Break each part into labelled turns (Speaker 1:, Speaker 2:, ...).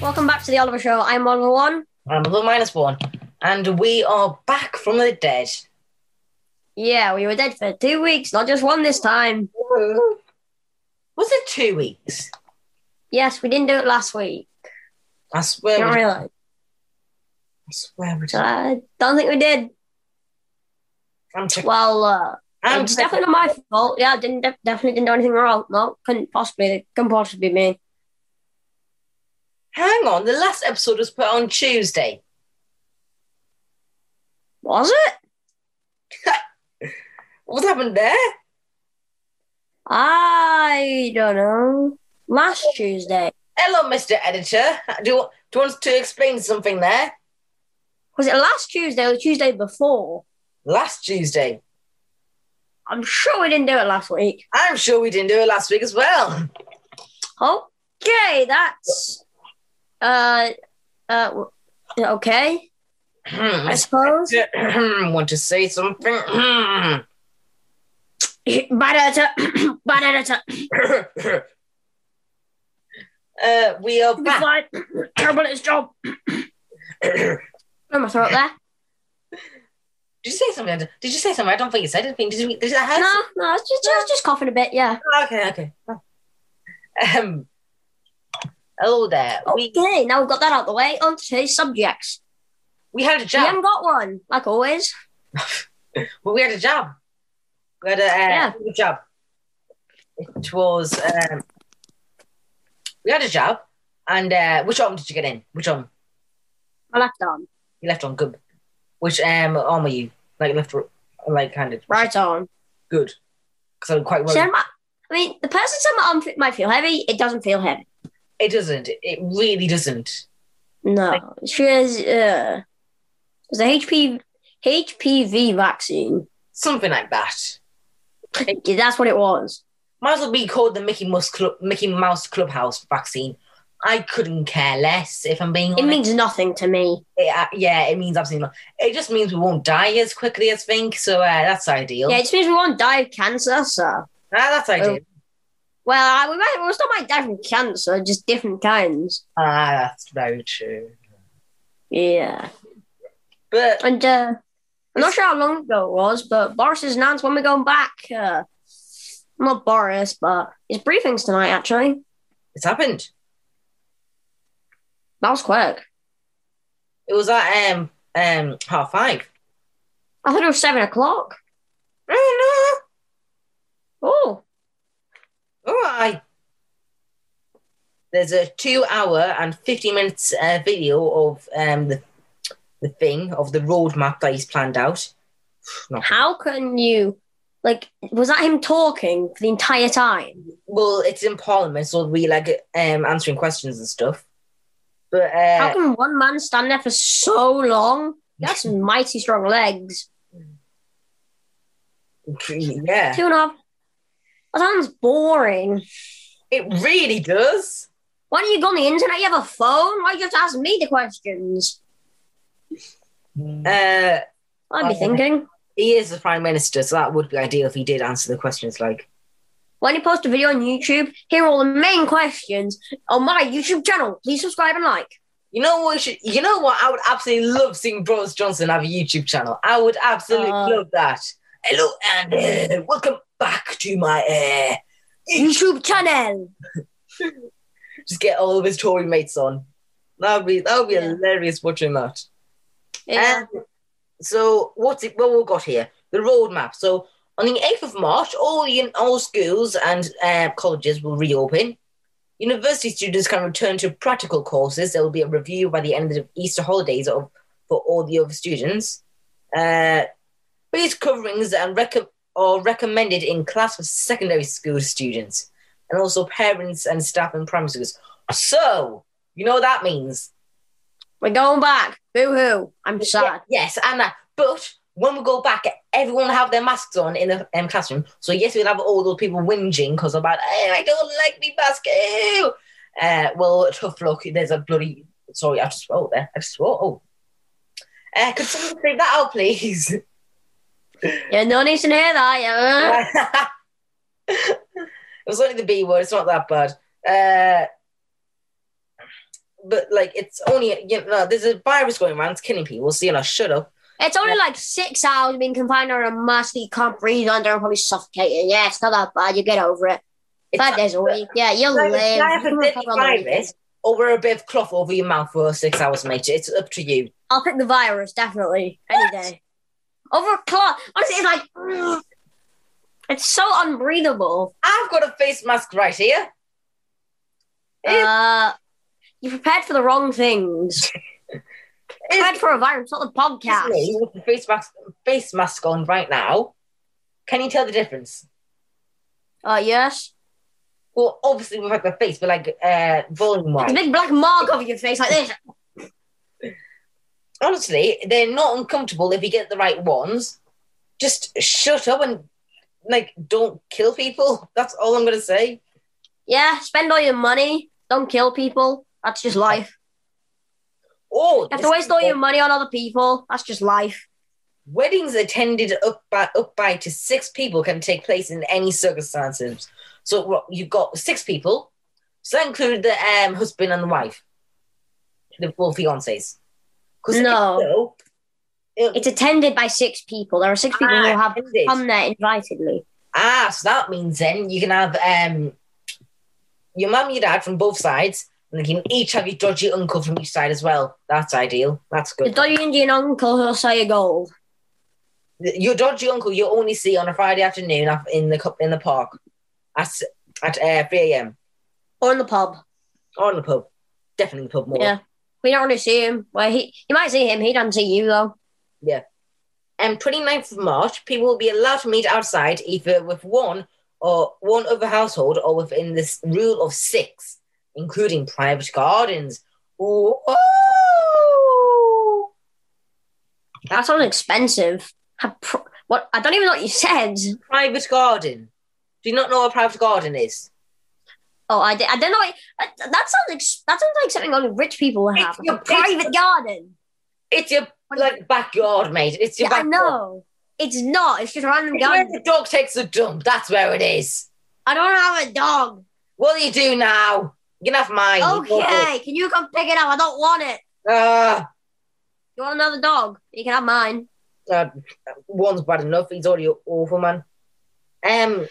Speaker 1: Welcome back to the Oliver Show. I'm Oliver One.
Speaker 2: I'm the Um, minus one, and we are back from the dead.
Speaker 1: Yeah, we were dead for two weeks, not just one this time.
Speaker 2: Was it two weeks?
Speaker 1: Yes, we didn't do it last week.
Speaker 2: I
Speaker 1: I
Speaker 2: swear.
Speaker 1: don't
Speaker 2: we-
Speaker 1: realise.
Speaker 2: I swear. We did.
Speaker 1: I don't think we did.
Speaker 2: I'm checking.
Speaker 1: Well, uh,
Speaker 2: I'm
Speaker 1: it's
Speaker 2: checking.
Speaker 1: definitely not my fault. Yeah, I didn't def- definitely didn't do anything wrong. No, couldn't possibly, couldn't possibly be me.
Speaker 2: Hang on. The last episode was put on Tuesday.
Speaker 1: Was it?
Speaker 2: What happened there?
Speaker 1: I don't know. Last Tuesday
Speaker 2: Hello, Mr. Editor. Do do you want to explain something there?
Speaker 1: was it last Tuesday or the Tuesday before?
Speaker 2: Last Tuesday.
Speaker 1: I'm sure we didn't do it last week.
Speaker 2: I'm sure we didn't do it last week as well.
Speaker 1: Okay, that's uh uh w- okay. I suppose.
Speaker 2: Want to say something? Uh,
Speaker 1: Badata, badata.
Speaker 2: uh, we are
Speaker 1: Be
Speaker 2: back.
Speaker 1: fine. Terrible at his job.
Speaker 2: Did
Speaker 1: Oh, my throat there.
Speaker 2: you say something? Did you say something? I don't think you said anything. Did you? Did I have
Speaker 1: No, no, it's just, just, just coughing a bit. Yeah.
Speaker 2: Okay, okay. Um, hello there.
Speaker 1: Oh,
Speaker 2: We
Speaker 1: Okay, now we've got that out the way. On to today's subjects.
Speaker 2: we had a
Speaker 1: We
Speaker 2: job.
Speaker 1: haven't got one, like always.
Speaker 2: Well, we had a job. We had a, uh,
Speaker 1: Yeah.
Speaker 2: a job. It was um, we had a job, and uh, which arm did you get in? Which arm?
Speaker 1: My left arm,
Speaker 2: You left arm, good. Which um arm are you? Like left, or- like handed.
Speaker 1: right arm.
Speaker 2: Good. Because I'm quite well.
Speaker 1: See, I'm- I mean, the person said my arm fe- might feel heavy. It doesn't feel heavy.
Speaker 2: It doesn't. It really doesn't.
Speaker 1: No, she has uh, it's a HP HPV vaccine.
Speaker 2: Something like that.
Speaker 1: Yeah, that's what it was.
Speaker 2: Might as well be called the Mickey Mouse Club, Mickey Mouse Clubhouse vaccine. I couldn't care less if I'm being
Speaker 1: It
Speaker 2: honest.
Speaker 1: means nothing to me.
Speaker 2: It, uh, yeah, it means absolutely not. It just means we won't die as quickly as think. So uh, that's ideal.
Speaker 1: Yeah, oh. it just means we won't die of cancer, so.
Speaker 2: Ah, that's ideal.
Speaker 1: Well, I, we might, we still might die from cancer, just different kinds.
Speaker 2: Ah, that's very true.
Speaker 1: Yeah.
Speaker 2: But
Speaker 1: And uh, I'm not sure how long ago it was, but Boris's announced when we're going back. Uh, not Boris, but his briefing's tonight, actually.
Speaker 2: it's happened.
Speaker 1: That was quick.
Speaker 2: It was at um um half five.
Speaker 1: I thought it was 7 o'clock.
Speaker 2: Oh
Speaker 1: Oh,
Speaker 2: no! All right. There's a two-hour and fifty minutes uh, video of um the the thing of the roadmap that he's planned out. Not
Speaker 1: how can you. Like, was that him talking for the entire time?
Speaker 2: Well, it's in Parliament, so we like um answering questions and stuff. But
Speaker 1: how
Speaker 2: uh,
Speaker 1: can one man stand there for so long? That's mighty strong legs.
Speaker 2: yeah,
Speaker 1: Two and a half. That sounds boring.
Speaker 2: it really does.
Speaker 1: Why don't you go on the internet? You have a phone. Why do you have to ask me the questions?
Speaker 2: Uh,
Speaker 1: I'd be
Speaker 2: Oh.
Speaker 1: thinking.
Speaker 2: he is the prime minister, so that would be ideal if he did answer the questions. Like,
Speaker 1: When you post a video on YouTube, here are all the main questions on my YouTube channel. Please subscribe and like.
Speaker 2: you know what? we Should, you know what? I would absolutely love seeing Boris Johnson have a YouTube channel. I would absolutely
Speaker 1: Uh.
Speaker 2: love that. Hello and uh, welcome back to my uh, YouTube.
Speaker 1: YouTube channel.
Speaker 2: Just get all of his Tory mates on. That would be that would be
Speaker 1: Yeah.
Speaker 2: hilarious watching that.
Speaker 1: Yeah.
Speaker 2: Um, so what's it? What we've got here? The roadmap. So on the eighth of March, all un- all schools and uh, colleges will reopen. University students can return to practical courses. There will be a review by the end of the Easter holidays of for all the other students. Uh, face coverings and rec- are recommended in class for secondary school students and also parents and staff in primary schools. So, you know what that means?
Speaker 1: We're going back. Boo hoo. I'm
Speaker 2: Yeah,
Speaker 1: sad.
Speaker 2: yes, and that. But when we go back, everyone will have their masks on in the um, classroom. So yes, we'll have all those people whinging because about, hey, I don't like me mask. Ew. Uh, well, tough luck. There's a bloody. Sorry, I just wrote there. I just wrote. Oh. Uh, could someone save that out, please?
Speaker 1: Yeah, no need to hear that. Yeah.
Speaker 2: it was only the B word. It's not that bad. Uh, but like, it's only you know, there's a virus going around. It's killing people. So you know, shut up.
Speaker 1: It's only like six hours being confined under a mask that you can't breathe under and probably suffocating. Yeah, it's not that bad. You get over it.
Speaker 2: It's
Speaker 1: Five days a week. Yeah, you'll
Speaker 2: Like,
Speaker 1: live.
Speaker 2: if I have
Speaker 1: You
Speaker 2: a
Speaker 1: can
Speaker 2: deadly
Speaker 1: recover on the
Speaker 2: virus,
Speaker 1: weekend.
Speaker 2: or wear a bit of cloth over your mouth for six hours, mate. It's up to you.
Speaker 1: I'll pick the virus, definitely. Any day. Over a clock. Honestly, it's like. ugh. It's so unbreathable.
Speaker 2: I've got a face mask right here. Ew.
Speaker 1: Uh, you prepared for the wrong things. prepared for a virus, not the
Speaker 2: It's
Speaker 1: podcast.
Speaker 2: me with the face mask, face mask on right now. Can you tell the difference?
Speaker 1: Uh, yes.
Speaker 2: Well, obviously with like the face, but like uh, volume
Speaker 1: The
Speaker 2: wise.
Speaker 1: big black mark over your face like this.
Speaker 2: Honestly, they're not uncomfortable if you get the right ones. Just shut up and like don't kill people. That's all I'm gonna say.
Speaker 1: Yeah, spend all your money. Don't kill people. That's just life.
Speaker 2: Oh,
Speaker 1: You have to
Speaker 2: this-
Speaker 1: waste all your money on other people. That's just life.
Speaker 2: Weddings attended up by up by to six people can take place in any circumstances. So what- you've got six people. So that included the um, husband and the wife, the well, fiancés. 'Cause if
Speaker 1: No.
Speaker 2: so, it-
Speaker 1: It's um, attended by six people. There are six people who have
Speaker 2: attended.
Speaker 1: come there invitedly.
Speaker 2: ah, so that means then you can have um, your mum, your dad from both sides, and you can each have your dodgy uncle from each side as well. That's ideal. That's
Speaker 1: The
Speaker 2: good.
Speaker 1: dodgy Indian uncle who'll sell you gold.
Speaker 2: your dodgy uncle you only see on a Friday afternoon af- in the cu- in the park at at uh, three a.m.
Speaker 1: Or in the pub.
Speaker 2: or in the pub, definitely the pub more.
Speaker 1: Yeah. We don't really see him. Well, he, you might see him. He doesn't see you, though.
Speaker 2: And 29th Um, of March, people will be allowed to meet outside either with one or one other household or within this rule of six, including private gardens. Ooh.
Speaker 1: That sounds expensive. I pro- what? I don't even know what you said.
Speaker 2: Private garden. Do you not know what a private garden is?
Speaker 1: Oh, I, did, I don't know. What, uh, that sounds ex- that sounds like something only rich people would have.
Speaker 2: It's your
Speaker 1: a private garden.
Speaker 2: It's your like backyard, mate. It's your
Speaker 1: Yeah, I
Speaker 2: backyard.
Speaker 1: know. It's not. It's just a random
Speaker 2: It's where
Speaker 1: garden.
Speaker 2: the dog takes a dump. That's where it is.
Speaker 1: I don't have a dog.
Speaker 2: What do you do now? You can have mine. you go.
Speaker 1: Okay, can you come pick it up? I don't want it.
Speaker 2: Ah,
Speaker 1: You want another dog? You can have mine.
Speaker 2: uh, one's bad enough. He's already awful, man. Um,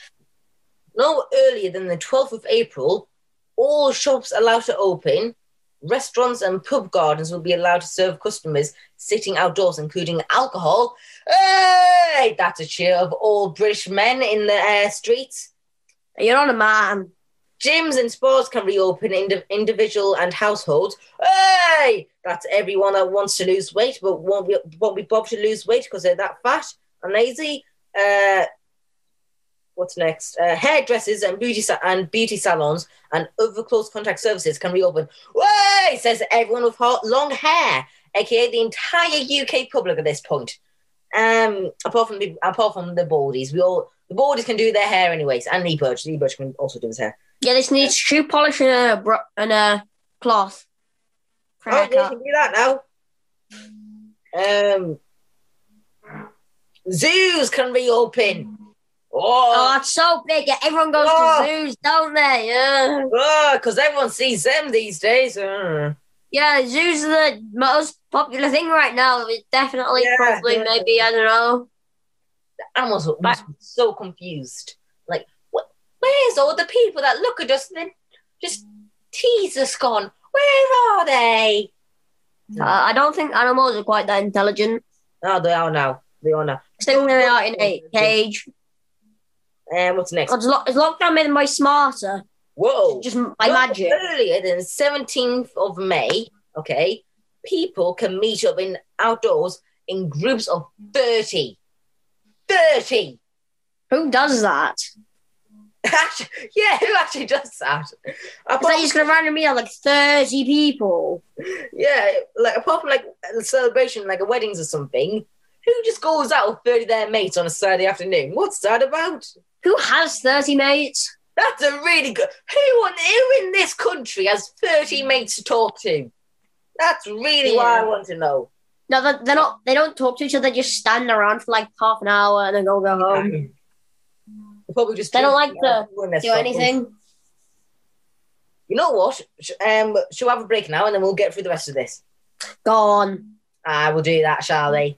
Speaker 2: no earlier than the 12th of April, all shops allowed to open. Restaurants and pub gardens will be allowed to serve customers sitting outdoors, including alcohol. Hey, that's a cheer of all British men in the uh, streets.
Speaker 1: You're on a man.
Speaker 2: Gyms and sports can reopen indi- individual and households. Hey, that's everyone that wants to lose weight but won't be, won't be bothered to lose weight because they're that fat and lazy. Uh, what's next? Uh, hairdressers and beauty sa- and beauty salons and other close contact services can reopen. Hey, says everyone with hot, long hair, aka the entire UK public at this point. Um, apart from the apart from the baldies, we all the baldies can do their hair anyways, and Lee Birch. Lee Birch can also do his hair.
Speaker 1: Yeah, this needs shoe polish and a, bro- and a cloth. For a
Speaker 2: Oh, we
Speaker 1: haircut.
Speaker 2: can do that now. Um, zoos can reopen.
Speaker 1: Oh,
Speaker 2: Oh,
Speaker 1: it's so big. Yeah, everyone goes
Speaker 2: Oh.
Speaker 1: to zoos, don't they? Yeah.
Speaker 2: because oh, everyone sees them these days. Uh,
Speaker 1: yeah, zoos are the most popular thing right now. It's definitely,
Speaker 2: Yeah,
Speaker 1: probably,
Speaker 2: yeah.
Speaker 1: maybe, I don't know.
Speaker 2: the animals are must be so confused. Like, what? Where's all the people that look at us and then just tease us? Gone? Where are they?
Speaker 1: Uh, I don't think animals are quite that intelligent.
Speaker 2: Oh, they are now. They are now.
Speaker 1: I think they are in a cage.
Speaker 2: And um, what's next?
Speaker 1: It's, lo- it's lockdown made them way smarter.
Speaker 2: Whoa!
Speaker 1: Just by magic.
Speaker 2: Earlier than 17th of May, okay, people can meet up in outdoors in groups of 30. 30!
Speaker 1: Who does that?
Speaker 2: Actually, yeah, who actually does that?
Speaker 1: It's like you're just gonna randomly meet up like 30 people.
Speaker 2: Yeah, like apart from like a celebration, like a weddings or something, who just goes out with thirty of their mates on a Saturday afternoon? What's that about?
Speaker 1: Who has 30 mates?
Speaker 2: That's a really good. Who on who in this country has thirty mates to talk to? That's really what I
Speaker 1: Yeah.
Speaker 2: want to know.
Speaker 1: No, they're, they're not. They don't talk to each other. They just stand around for like half an hour and then go go home.
Speaker 2: They probably just
Speaker 1: Um, They don't like to
Speaker 2: to
Speaker 1: Do anything?
Speaker 2: You know what? Sh- Um, shall we have a break now, and then we'll get through the rest of this.
Speaker 1: Go on.
Speaker 2: I will do that, shall we?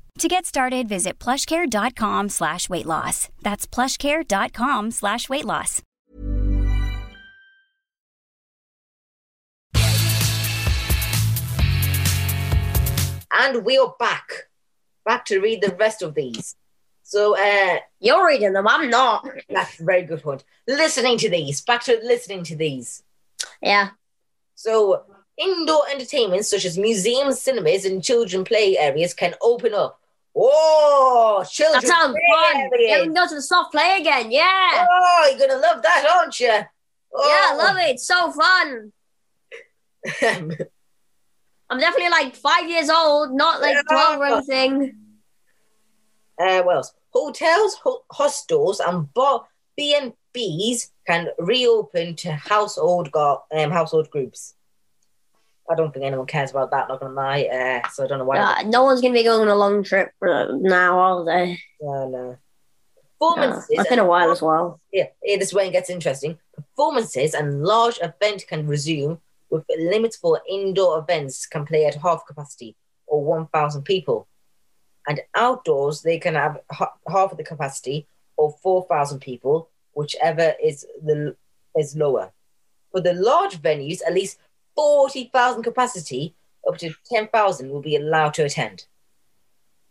Speaker 3: To get started, visit plushcare.com slash weight loss. That's plushcare.com slash weight loss.
Speaker 2: And we are back, back to read the rest of these. So uh,
Speaker 1: You're reading them. I'm not.
Speaker 2: that's a very good point. Listening to these, back to listening to these.
Speaker 1: Yeah.
Speaker 2: So, indoor entertainments such as museums, cinemas, and children play areas can open up. Oh, children
Speaker 1: That sounds
Speaker 2: play
Speaker 1: fun. Yeah, we
Speaker 2: areas.
Speaker 1: can go to the soft play again. Yeah.
Speaker 2: Oh, you're going to love that, aren't you? Oh.
Speaker 1: Yeah, I love it. It's so fun.
Speaker 2: it.
Speaker 1: I'm definitely like five years old, not like
Speaker 2: Yeah.
Speaker 1: 12 or anything.
Speaker 2: uh, what else? Hotels, ho- hostels, and bar- B&Bs can reopen to household go- um, household groups. I don't think anyone cares about that, not going to lie. Uh, so I don't know why.
Speaker 1: Uh, no one's going to be going on a long trip uh, now, are they?
Speaker 2: No, no.
Speaker 1: Uh,
Speaker 2: Performances
Speaker 1: it's been a while as well.
Speaker 2: Yeah, yeah, this is when it gets interesting. Performances and large event can resume with limits for indoor events can play at half capacity or 1,000 people. And outdoors, they can have ha- half of the capacity or 4,000 people, whichever is the is lower. For the large venues, at least 40,000 capacity up to 10,000 will be allowed to attend.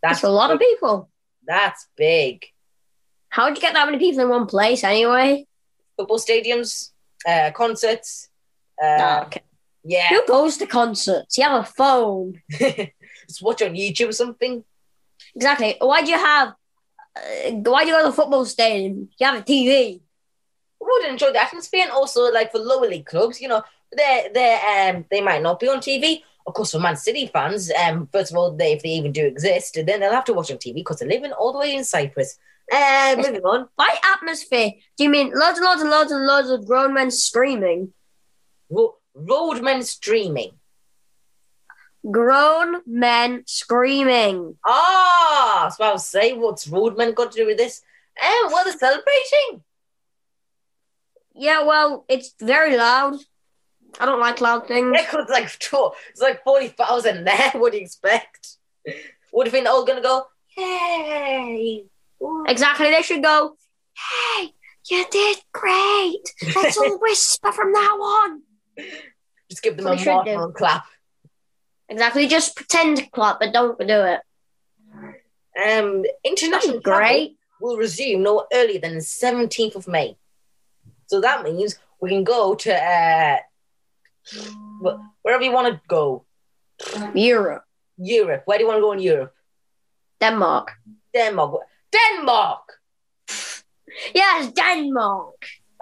Speaker 1: That's a lot of
Speaker 2: big.
Speaker 1: people.
Speaker 2: That's big.
Speaker 1: How would you get that many people in one place anyway?
Speaker 2: football stadiums, uh, concerts. Uh,
Speaker 1: Oh, okay.
Speaker 2: Yeah,
Speaker 1: Who goes to concerts? You have a phone.
Speaker 2: just watch on YouTube or something.
Speaker 1: Exactly. Why do you have? Uh, why do you go to the football stadium? You have a TV.
Speaker 2: I would enjoy the atmosphere, and also like for lower league clubs, you know, they they um they might not be on TV. Of course, for Man City fans, um, first of all, they, if they even do exist, then they'll have to watch on TV because they're living all the way in Cyprus. Uh, moving on.
Speaker 1: By atmosphere, do you mean loads and loads and loads and loads of grown men screaming?
Speaker 2: Ro- Roadmen streaming.
Speaker 1: Grown men screaming.
Speaker 2: Ah, so I was saying, what's Roadmen got to do with this? Um, well, they're celebrating.
Speaker 1: Yeah, well, it's very loud. I don't like loud things.
Speaker 2: It was like four, it's like forty thousand there. What do you expect? Would have been all gonna go. Hey, Ooh.
Speaker 1: Exactly. They should go. Hey, you did great. Let's all whisper from now on.
Speaker 2: just give them
Speaker 1: We
Speaker 2: a
Speaker 1: should
Speaker 2: marshmallow clap.
Speaker 1: Exactly. Just pretend to clap, but don't do it.
Speaker 2: Um, international
Speaker 1: That'd be great.
Speaker 2: travel will resume no earlier than the seventeenth of May. So that means we can go to uh, wh- wherever you want to go.
Speaker 1: Europe,
Speaker 2: Europe. Where do you want to go in Europe?
Speaker 1: Denmark.
Speaker 2: Denmark. Denmark.
Speaker 1: Yes, Denmark.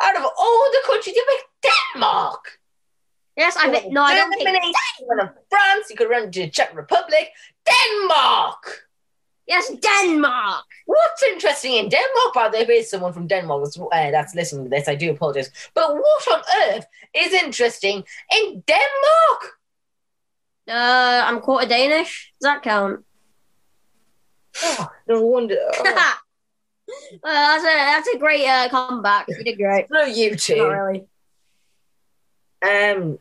Speaker 2: Out of all the countries, you pick Denmark.
Speaker 1: Yes, I think. No, I don't
Speaker 2: Germany,
Speaker 1: think.
Speaker 2: You could run to France. You could run to Czech Republic, Denmark.
Speaker 1: Yes, Denmark.
Speaker 2: What's interesting in Denmark, by the way, if someone from Denmark that's, uh, that's listening to this, I do apologize. But what on earth is interesting in Denmark?
Speaker 1: Uh, I'm quarter Danish. Does that count?
Speaker 2: Oh, no wonder. Oh,
Speaker 1: well, that's a that's a great uh, comeback. You did great.
Speaker 2: no, you
Speaker 1: Not
Speaker 2: two.
Speaker 1: really.
Speaker 2: Um,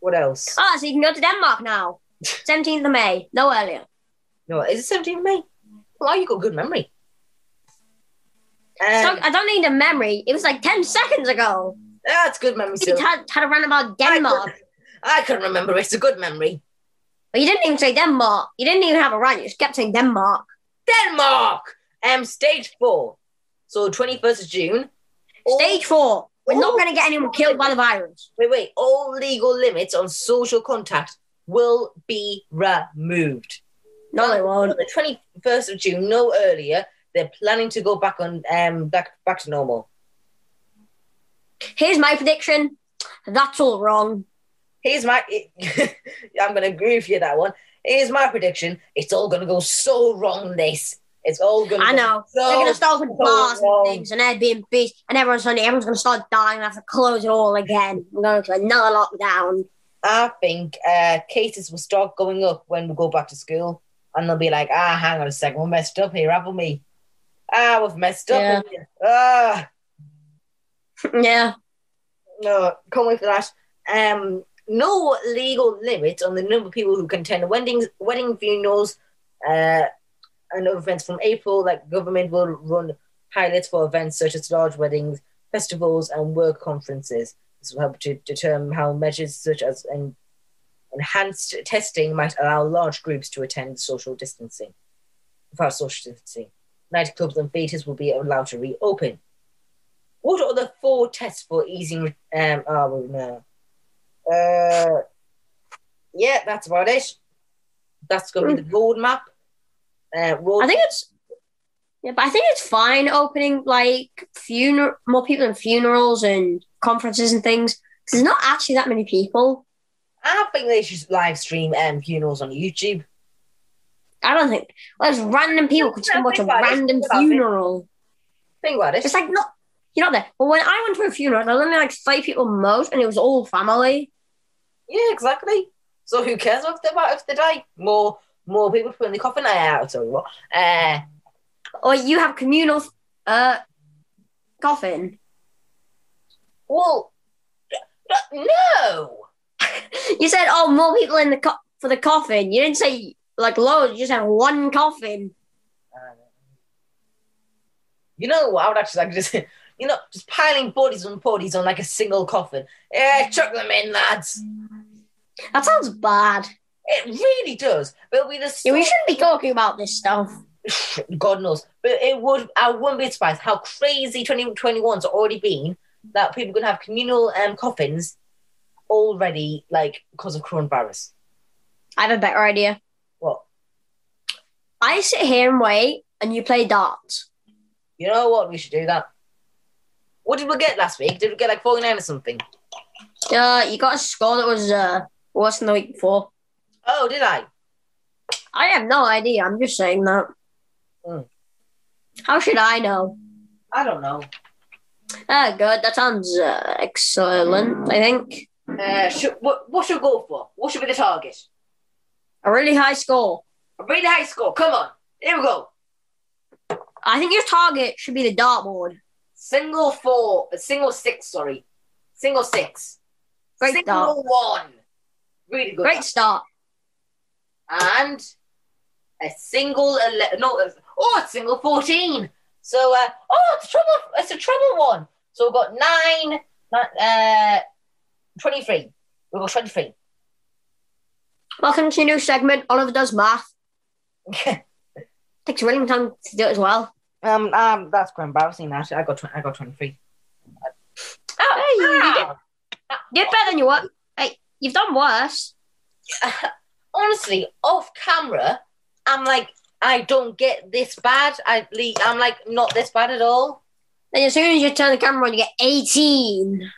Speaker 2: what else?
Speaker 1: Ah, so you can go to Denmark now. 17th of May, no earlier.
Speaker 2: No, is it 17 of May? Well, you got good memory. Um,
Speaker 1: So I don't need a memory. It was like 10 seconds ago.
Speaker 2: that's good memory.
Speaker 1: You
Speaker 2: Sue.
Speaker 1: had, had a run about Denmark.
Speaker 2: I couldn't remember. It's a good memory.
Speaker 1: But you didn't even say Denmark. You didn't even have a run. You just kept saying Denmark.
Speaker 2: Denmark. Um, stage four. So 21st of June. all-
Speaker 1: Stage four. We're not
Speaker 2: Oh.
Speaker 1: going to get anyone killed by the virus.
Speaker 2: Wait, wait. All legal limits on social contact will be removed.
Speaker 1: No, they
Speaker 2: On
Speaker 1: won't.
Speaker 2: the 21st of June, no earlier. They're planning to go back on um back back to normal.
Speaker 1: Here's my prediction. That's all wrong.
Speaker 2: Here's my. I'm going to agree with you that one. Here's my prediction. It's all going to go so wrong. This. It's all going. to
Speaker 1: I know. They're going to start with
Speaker 2: so
Speaker 1: bars
Speaker 2: wrong.
Speaker 1: and things and Airbnbs and everyone's on it. Everyone's going to start dying and have to close it all again. We're going to another lockdown.
Speaker 2: I think uh, cases will start going up when we go back to school, and they'll be like, "Ah, hang on a second, we messed up here, haven't we? Ah, we've messed up.
Speaker 1: Yeah.
Speaker 2: here. Ah,
Speaker 1: yeah.
Speaker 2: no, can't wait for that. Um, no legal limit on the number of people who can attend weddings, wedding funerals, uh, and other events from April. Like government will run pilots for events such as large weddings, festivals, and work conferences. This will help to determine how measures such as en- enhanced testing might allow large groups to attend social distancing. Without social distancing, nightclubs and theatres will be allowed to reopen. What are the four tests for easing? re- Um, oh no. Uh, yeah, that's about it. That's going to be the roadmap. Uh, road
Speaker 1: Hmm. I think it's yeah, but I think it's fine opening like funeral more people in funerals and conferences and things. 'cause There's not actually that many people.
Speaker 2: I think they should live stream um, funerals on YouTube.
Speaker 1: I don't think well, there's random people could just come watch a random funeral.
Speaker 2: Think about it.
Speaker 1: It's like not you're not there. But when I went to a funeral, there was only like five people most, and it was all family.
Speaker 2: yeah, exactly. So who cares if they if they die? More more people to put in the coffin. I tell you what. Uh,
Speaker 1: Or you have communal uh coffin.
Speaker 2: well, no.
Speaker 1: You said, "Oh, more people in the co- for the coffin." You didn't say like loads. You just have one coffin.
Speaker 2: You know what? I would actually like just you know just piling bodies on bodies on like a single coffin. Yeah, chuck them in, lads.
Speaker 1: That sounds bad.
Speaker 2: It really does. But we just
Speaker 1: Yeah, we shouldn't be talking about this stuff.
Speaker 2: God knows. But it would I wouldn't be surprised how crazy 2021's already been that people can have communal um, coffins already like because of coronavirus.
Speaker 1: I have a better idea.
Speaker 2: Well,
Speaker 1: I sit here and wait, and you play darts.
Speaker 2: you know what? We should do that. What did we get last week? Did we get like 49 or something?
Speaker 1: Uh, you got a score that was uh worse than the week before.
Speaker 2: Oh, did I?
Speaker 1: I have no idea. I'm just saying that.
Speaker 2: Mm.
Speaker 1: How should I know?
Speaker 2: I don't know.
Speaker 1: Ah, good. That sounds uh, excellent. I think
Speaker 2: Uh, should, what, what should we go for? What should be the target?
Speaker 1: a really high score.
Speaker 2: A really high score. Come on. Here we go.
Speaker 1: I think your target should be the dartboard.
Speaker 2: Single four, uh, single six, sorry. Single six.
Speaker 1: Great start.
Speaker 2: single one. Really good.
Speaker 1: Great start.
Speaker 2: and a single ele- no oh it's single 14 so uh, oh it's trouble it's a trouble one so we've got 9 ni- uh 23 we've got 23
Speaker 1: Welcome to your new segment. Oliver does math. Takes a really long time to do it as well.
Speaker 2: um um that's quite embarrassing actually i got tw- i got Ah, 23 Oh,
Speaker 1: Hey, you- you did,
Speaker 2: Ow.
Speaker 1: did better than you were. Hey, you've done worse.
Speaker 2: honestly off camera i'm like i don't get this bad i le- i'm like not this bad at all
Speaker 1: Then as soon as you turn the camera on, you get 18.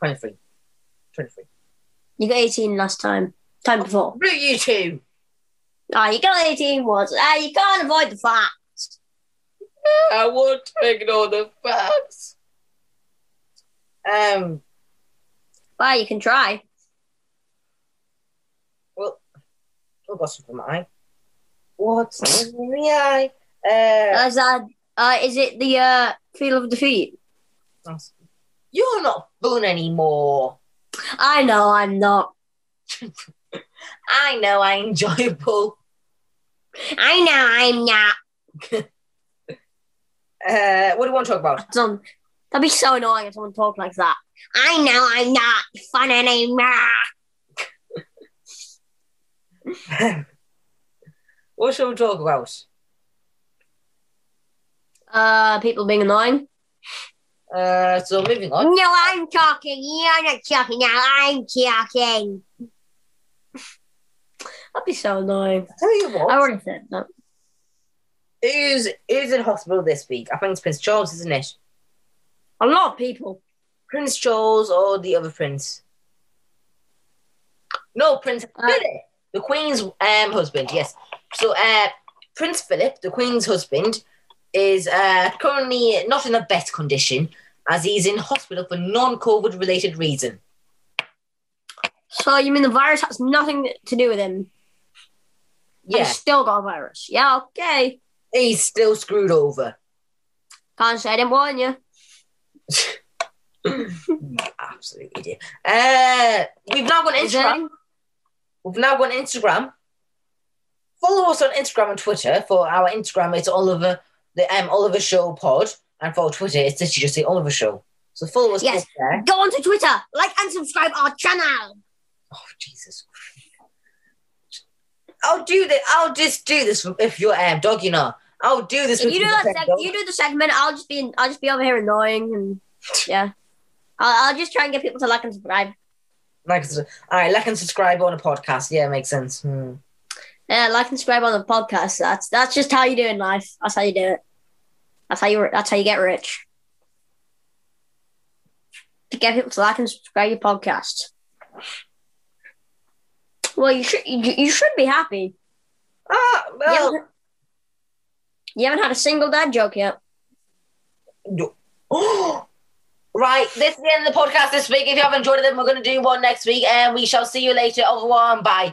Speaker 2: 23. 23.
Speaker 1: You got 18 last time. Time before.
Speaker 2: Root you two.
Speaker 1: Ah, you got 18 once. Ah, you can't avoid the fact.
Speaker 2: I want to ignore the facts. Um,
Speaker 1: Well, Ah, you can try.
Speaker 2: I've got something in my eye. What's in my eye? Uh,
Speaker 1: Is that, uh, is it the uh, feel of defeat?
Speaker 2: that's- Uh, you're not fun anymore.
Speaker 1: I know I'm not.
Speaker 2: I know I'm enjoyable.
Speaker 1: I know I'm not.
Speaker 2: Uh, what do you want to talk about?
Speaker 1: Some- That'd be so annoying if someone talked like that. I know I'm not fun anymore.
Speaker 2: What shall we talk about?
Speaker 1: Uh, people being annoying.
Speaker 2: Uh, so moving on.
Speaker 1: No, I'm talking. You're not talking now. I'm talking. That'd be so annoying.
Speaker 2: Tell you
Speaker 1: I
Speaker 2: what,
Speaker 1: already said that.
Speaker 2: who's who's in hospital this week? I think it's Prince Charles, isn't it?
Speaker 1: A lot of people.
Speaker 2: Prince Charles or the other prince? No, Prince
Speaker 1: Uh,
Speaker 2: Philip, the Queen's um husband. Yes. So, uh, Prince Philip, the Queen's husband, is uh, currently not in the best condition as he's in hospital for non-COVID related reason.
Speaker 1: So you mean the virus has nothing to do with him? He's
Speaker 2: Yeah,
Speaker 1: still got a virus. Yeah, okay.
Speaker 2: he's still screwed over.
Speaker 1: Can't say I didn't warn you.
Speaker 2: Absolute idiot. Uh, we've now got
Speaker 1: Is there
Speaker 2: Instagram. We've now got Instagram. Follow us on Instagram and Twitter. For our Instagram, it's Oliver the um, Oliver Show Pod, and for Twitter, it's literally just the Oliver Show. So follow us
Speaker 1: Yes.
Speaker 2: both there.
Speaker 1: Go onto Twitter, like and subscribe our channel.
Speaker 2: Oh Jesus! Christ. I'll do that. I'll just do this if you're um, dog, you know. I'll do this.
Speaker 1: If
Speaker 2: with
Speaker 1: you do
Speaker 2: the
Speaker 1: that,
Speaker 2: dog.
Speaker 1: seg- you do the segment. I'll just be, I'll just be over here annoying, and yeah, I'll, I'll just try and get people to like and subscribe.
Speaker 2: like, all right, like and subscribe on a podcast. Yeah, it makes sense. Hmm.
Speaker 1: Yeah, like and subscribe on the podcast. That's that's just how you do in life. That's how you do it. That's how you. That's how you get rich. To get people to like and subscribe your podcast. Well, you should. You, you should be happy.
Speaker 2: Ah,
Speaker 1: You
Speaker 2: well,
Speaker 1: haven't- you haven't had a single dad joke yet.
Speaker 2: right, this is the end of the podcast this week. If you have enjoyed it, then we're going to do one next week, and we shall see you later. Au revoir and bye.